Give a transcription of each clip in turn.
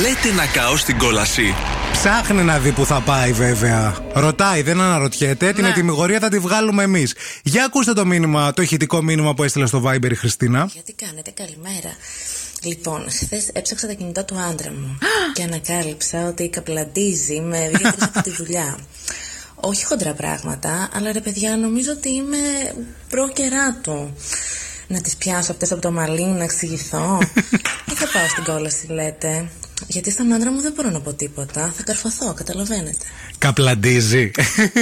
Λέτε να καώ στην κόλαση. Ψάχνει να δει που θα πάει βέβαια. Ρωτάει, δεν αναρωτιέται. Την ετοιμιγορία θα τη βγάλουμε εμείς. Για ακούστε το μήνυμα, το ηχητικό μήνυμα που έστειλε στο Viber η Χριστίνα. Γιατί κάνετε, καλημέρα. Λοιπόν, χθες έψαξα τα κινητά του άντρα μου και ανακάλυψα ότι καπλαντίζει με δύο-τρει από τη δουλειά. Όχι χοντρά πράγματα, αλλά ρε παιδιά, νομίζω ότι είμαι πρόκαιρά του. Να τις πιάσω αυτές από το μαλλί, να εξηγηθώ. Δεν θα πάω στην κόλαση, λέτε. Γιατί στον άντρα μου δεν μπορώ να πω τίποτα. Θα καρφωθώ, καταλαβαίνετε. Καπλαντίζει.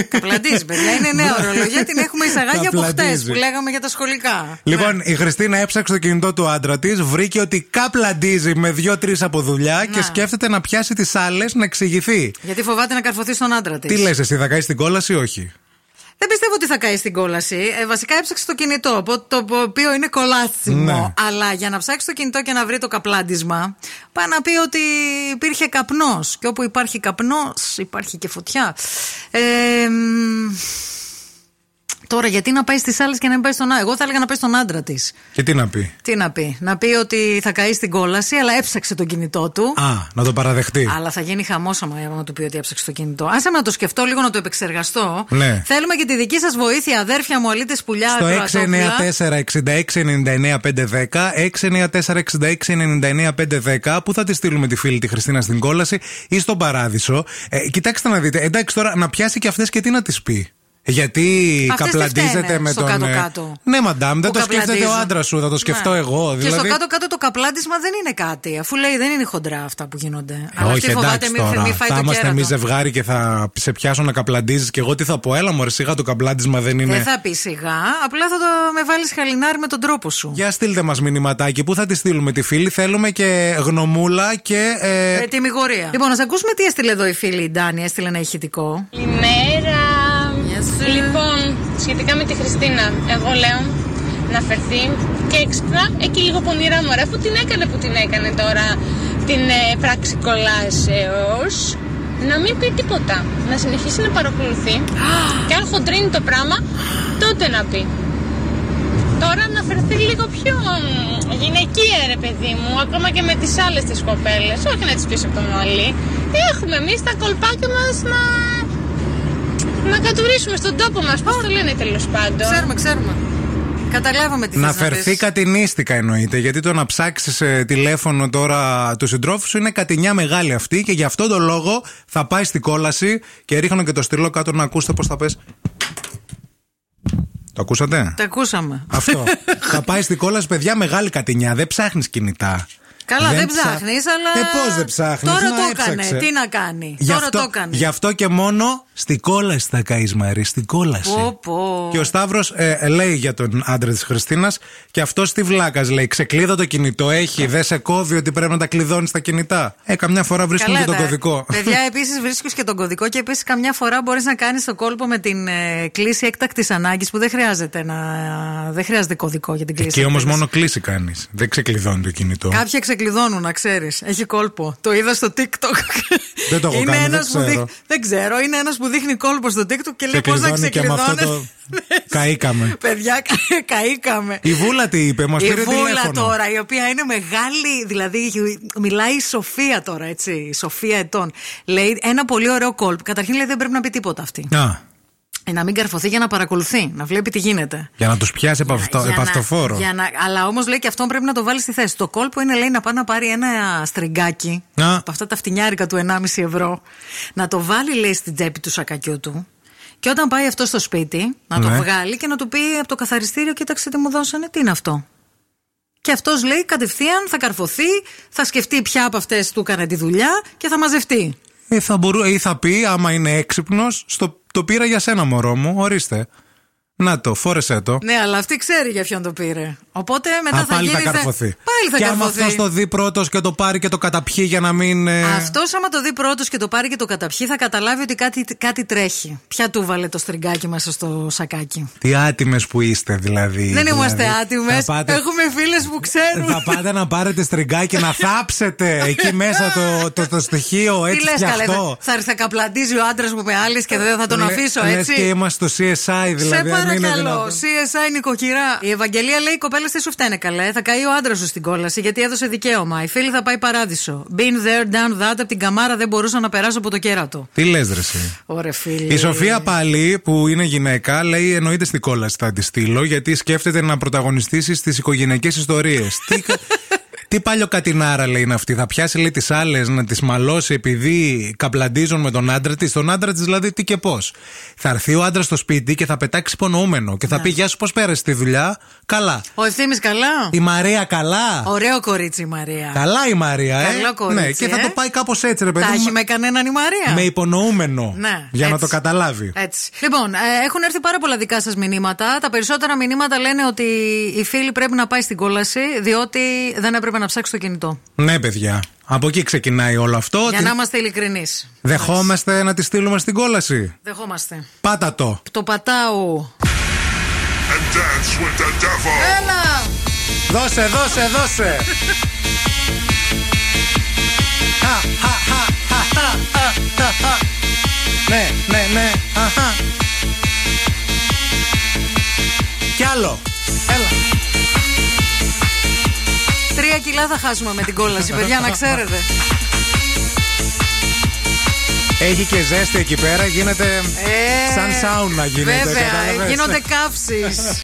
Καπλαντίζει, παιδιά. Είναι νέα ορολογία. Την έχουμε εισαγάγει από χτες Καπλαντίζει. που λέγαμε για τα σχολικά. Λοιπόν, η Χριστίνα έψαξε το κινητό του άντρα της, βρήκε ότι καπλαντίζει με δύο-τρει από δουλειά και σκέφτεται να πιάσει τις άλλες να εξηγηθεί. Γιατί φοβάται να καρφωθεί στον άντρα της. Τι λες, εσύ θα κάνεις την κόλαση ή όχι. Δεν πιστεύω ότι θα καεί στην κόλαση. Ε, βασικά έψαξε το κινητό, οπο- το οποίο είναι κολάσιμο. Ναι. Αλλά για να ψάξει το κινητό και να βρει το καπλάντισμα, πάει να πει ότι υπήρχε καπνός. Και όπου υπάρχει καπνός, υπάρχει και φωτιά. Ε, μ, τώρα, γιατί να πάει στις άλλες και να μην πάει στον άντρα. Εγώ θα έλεγα να πάει στον άντρα της. Και τι να πει. Τι να πει, Να πει ότι θα καεί στην κόλαση, αλλά έψαξε το κινητό του. Α, να το παραδεχτεί. Αλλά θα γίνει χαμός άμα άμα του πει ότι έψαξε το κινητό. Άσε με να το σκεφτώ λίγο, να το επεξεργαστώ. Ναι. Θέλουμε και τη δική σας βοήθεια, αδέρφια μου, αλήτες πουλιά. Στο ακροατόπουλα. 694-6699-510, που θα τη στείλουμε τη φίλη τη Χριστίνα στην κόλαση ή στον παράδεισο. Ε, κοιτάξτε να δείτε, εντάξει τώρα να πιάσει και αυτές και τι να της πει. Γιατί Αυτές τις καπλαντίζεται φταίνε με στο τον. ε, κάτω-κάτω. Ναι, μαντάμ, δεν Που το σκέφτεται ο καπλαντίζουν. άντρας σου, θα το σκεφτώ Ναι. εγώ. Και δηλαδή... στο κάτω-κάτω το καπλάντισμα δεν είναι κάτι. Αφού λέει δεν είναι χοντρά αυτά που γίνονται. Ε, Όχι, εντάξει μη- τώρα. μη φάει θα το είμαστε κέρατο. εμείς ζευγάρι και θα σε πιάσω να καπλαντίζεις. Και εγώ τι θα πω, έλα μου, σιγά το καπλάντισμα δεν είναι. Δεν θα πεις σιγά, απλά θα το με βάλεις χαλινάρι με τον τρόπο σου. Για στείλτε μας μηνυματάκι. Πού θα τη στείλουμε τη φίλη. Θέλουμε και γνωμούλα και. ε, Ε, τιμιγορία. Λοιπόν, ας ακούσουμε τι έστειλε εδώ η φίλη η Ντάνη. Έστειλε ένα ηχητικό. Καλημέρα. Γεια σου. Λοιπόν, σχετικά με τη Χριστίνα, εγώ λέω να φερθεί και έξυπνα εκεί λίγο πονηρά μωρά, αφού την έκανε που την έκανε τώρα την ε, πράξη κολάσεως, να μην πει τίποτα, να συνεχίσει να παρακολουθεί και αν χοντρίνει το πράγμα, τότε να πει. Τώρα να φερθεί λίγο πιο μ, γυναικεία ρε παιδί μου, ακόμα και με τις άλλες τις κοπέλες, όχι να τις πεις από το μαλλί. Έχουμε εμείς τα κολπάκια μας να... Να κατουρίσουμε στον τόπο μας, πώς το λένε τέλος πάντων. Ξέρουμε, ξέρουμε. Καταλάβαμε τις να θες πεις. φερθεί κατηνίστηκα εννοείται. Γιατί το να ψάξεις τηλέφωνο τώρα τους συντρόφους σου είναι κατηνιά μεγάλη αυτή και γι' αυτόν τον λόγο θα πάει στην κόλαση και ρίχνω και το στυλό κάτω να ακούσετε πώς θα πες. Το ακούσατε? Τα ακούσαμε. Αυτό. θα πάει στην κόλαση, παιδιά, μεγάλη κατηνιά. Δεν ψάχνεις κινητά. Καλά, δεν, ψά- ψάχνεις, αλλά. Ε, πώς δεν ψάχνεις. Τώρα το έκανε. Τι να κάνει. Γι' Τώρα αυτό, το έκανε. Γι' αυτό και μόνο στην κόλαση θα καείς, Μαρή, στην κόλαση. Πω, πω. Και ο Σταύρος λέει για τον άντρα της Χριστίνας και αυτό τι βλάκας λέει. Ξεκλείδα το κινητό, έχει, δεν σε κόβει ότι πρέπει να τα κλειδώνεις τα κινητά. Ε, καμιά φορά βρίσκουμε Καλά και τον τα- κωδικό. Παιδιά, επίσης βρίσκει και τον κωδικό και επίσης καμιά φορά μπορείς να κάνεις το κόλπο με την ε, κλίση έκτακτης ανάγκης που δεν χρειάζεται, να, δεν χρειάζεται κωδικό για την κλίση. Εκεί όμως έκτακτης. Ε, μόνο κλείσει κάνεις. Δεν ξεκλειδώνει το κινητό. Κάποιοι ξεκλειδώνουν, να ξέρεις. Έχει κόλπο. Το είδα στο TikTok. Δεν το έχω είναι κάνει, δεν ένας που ξέρω. δείχνει- δεν ξέρω. Είναι ένας που δείχνει κόλπο στο TikTok και λέει πώς να Ξεκλειδώνει και με αυτό ξεκλειδώνει. το- Καήκαμε. Παιδιά, καήκαμε. Η Βούλα τι είπε, μας Η πήρε Βούλα τηλέφωνο. τώρα, η οποία είναι μεγάλη, δηλαδή μιλάει η Σοφία τώρα, έτσι. Η Σοφία ετών. Λέει ένα πολύ ωραίο κόλπ. Καταρχήν λέει δεν πρέπει να πει τίποτα αυτή. Α, Ε, Να μην καρφωθεί για να παρακολουθεί, να βλέπει τι γίνεται. για να τους πιάσει από αυτό- Για από να- αυτοφόρο. για να- αλλά όμως λέει και αυτόν πρέπει να το βάλει στη θέση. Το κόλπο είναι λέει να πάει να πάρει ένα στριγκάκι Να. από αυτά τα φτηνιάρικα του 1,5 ευρώ. Να το βάλει λέει στην τσέπη του σακακιού του. Και όταν πάει αυτό στο σπίτι, να το Ναι. βγάλει και να του πει από το καθαριστήριο: Κοίταξε τι μου δώσανε, τι είναι αυτό. Και αυτός λέει κατευθείαν θα καρφωθεί, θα σκεφτεί ποια από αυτές του έκανε τη δουλειά και θα μαζευτεί. Ή θα, μπορού, ή θα πει, άμα είναι έξυπνος, το πήρα για σένα, μωρό μου. Ορίστε. Να το, φόρεσέ το. Ναι, αλλά αυτή ξέρει για ποιον το πήρε. Οπότε μετά Α, θα πάλι θα γίνει. θε- καρφωθεί. Πάλι θα και άμα καρφωθεί. αυτός το δει πρώτος και το πάρει και το καταπιεί για να μην. ε, Αυτός άμα το δει πρώτος και το πάρει και το καταπιεί, θα καταλάβει ότι κάτι, κάτι τρέχει. Ποια του βάλε το στριγκάκι μέσα στο σακάκι. Τι άτιμες που είστε, δηλαδή. Δεν δηλαδή. είμαστε άτιμε. Θα πάτε, Έχουμε φίλες που ξέρουν. θα πάτε να πάρετε στριγκάκι να θάψετε εκεί μέσα το, το, το στοιχείο Τι έτσι λες, καλέ. φτιαχτό. Θα, θα καπλαντίζει ο άντρας μου με άλλε και δεν θα τον Λε- αφήσω λες έτσι. και είμαστε στο CSI, δηλαδή. Σε αν παρακαλώ. δυνατόν. CSI νοικοκυρά. Η Ευαγγελία λέει: Οι κοπέλε τι σου φταίνε καλέ. Θα καεί ο άντρας σου στην κόλαση γιατί έδωσε δικαίωμα. Η φίλη θα πάει παράδεισο. Been there, done that. Από την καμάρα δεν μπορούσα να περάσω από το κέρατο. Τι λες, ρε. εσύ. Ωραία, φίλη. Η Σοφία πάλι, που είναι γυναίκα, λέει εννοείται στην κόλαση θα τη στείλω, γιατί σκέφτεται να πρωταγωνιστήσει στις οικογενειακές ιστορίες. τι, τι παλιό κατινάρα λέει είναι αυτή. Θα πιάσει λέει τις άλλες να τις μαλώσει επειδή καπλαντίζουν με τον άντρα της. Τον άντρα της δηλαδή τι και πώς. Θα έρθει ο άντρας στο σπίτι και θα πετάξει υπονοούμενο και θα Ναι. πει Γεια σου, πώς πέρασες τη δουλειά. Καλά. Ο ευθύνη καλά. Η Μαρία καλά. Ωραίο κορίτσι η Μαρία. Καλά η Μαρία, ε. Καλό κορίτσι, ναι, και θα ε. το πάει κάπως έτσι, ρε παιδί. Τα μου, έχει με κανέναν η Μαρία. με υπονοούμενο. Ναι, για να έτσι. το καταλάβει. Έτσι. Λοιπόν, ε, έχουν έρθει πάρα πολλά δικά σας μηνύματα. Τα περισσότερα μηνύματα λένε ότι η φίλη πρέπει να πάει στην κόλαση, διότι δεν έπρεπε να ψάξει το κινητό. Ναι, παιδιά. Από εκεί ξεκινάει όλο αυτό. Για Την- να είμαστε ειλικρινείς. Δεχόμαστε να τη στείλουμε στην κόλαση. Δεχόμαστε. Πάτα το. Το πατάω. and dance with the devil. Έλα! Δώσε, δώσε, δώσε. Χα, χα, χα, χα, χα, χα, χα, χα. Ναι, ναι, ναι. Αχα. Κι άλλο. Έλα. Τρία κιλά θα χάσουμε με την κόλαση, παιδιά, να ξέρετε. Έχει και ζέστη εκεί πέρα, γίνεται Ε, σαν σάουνα γίνεται. Βέβαια, κατάλαβες. γίνονται καύσεις.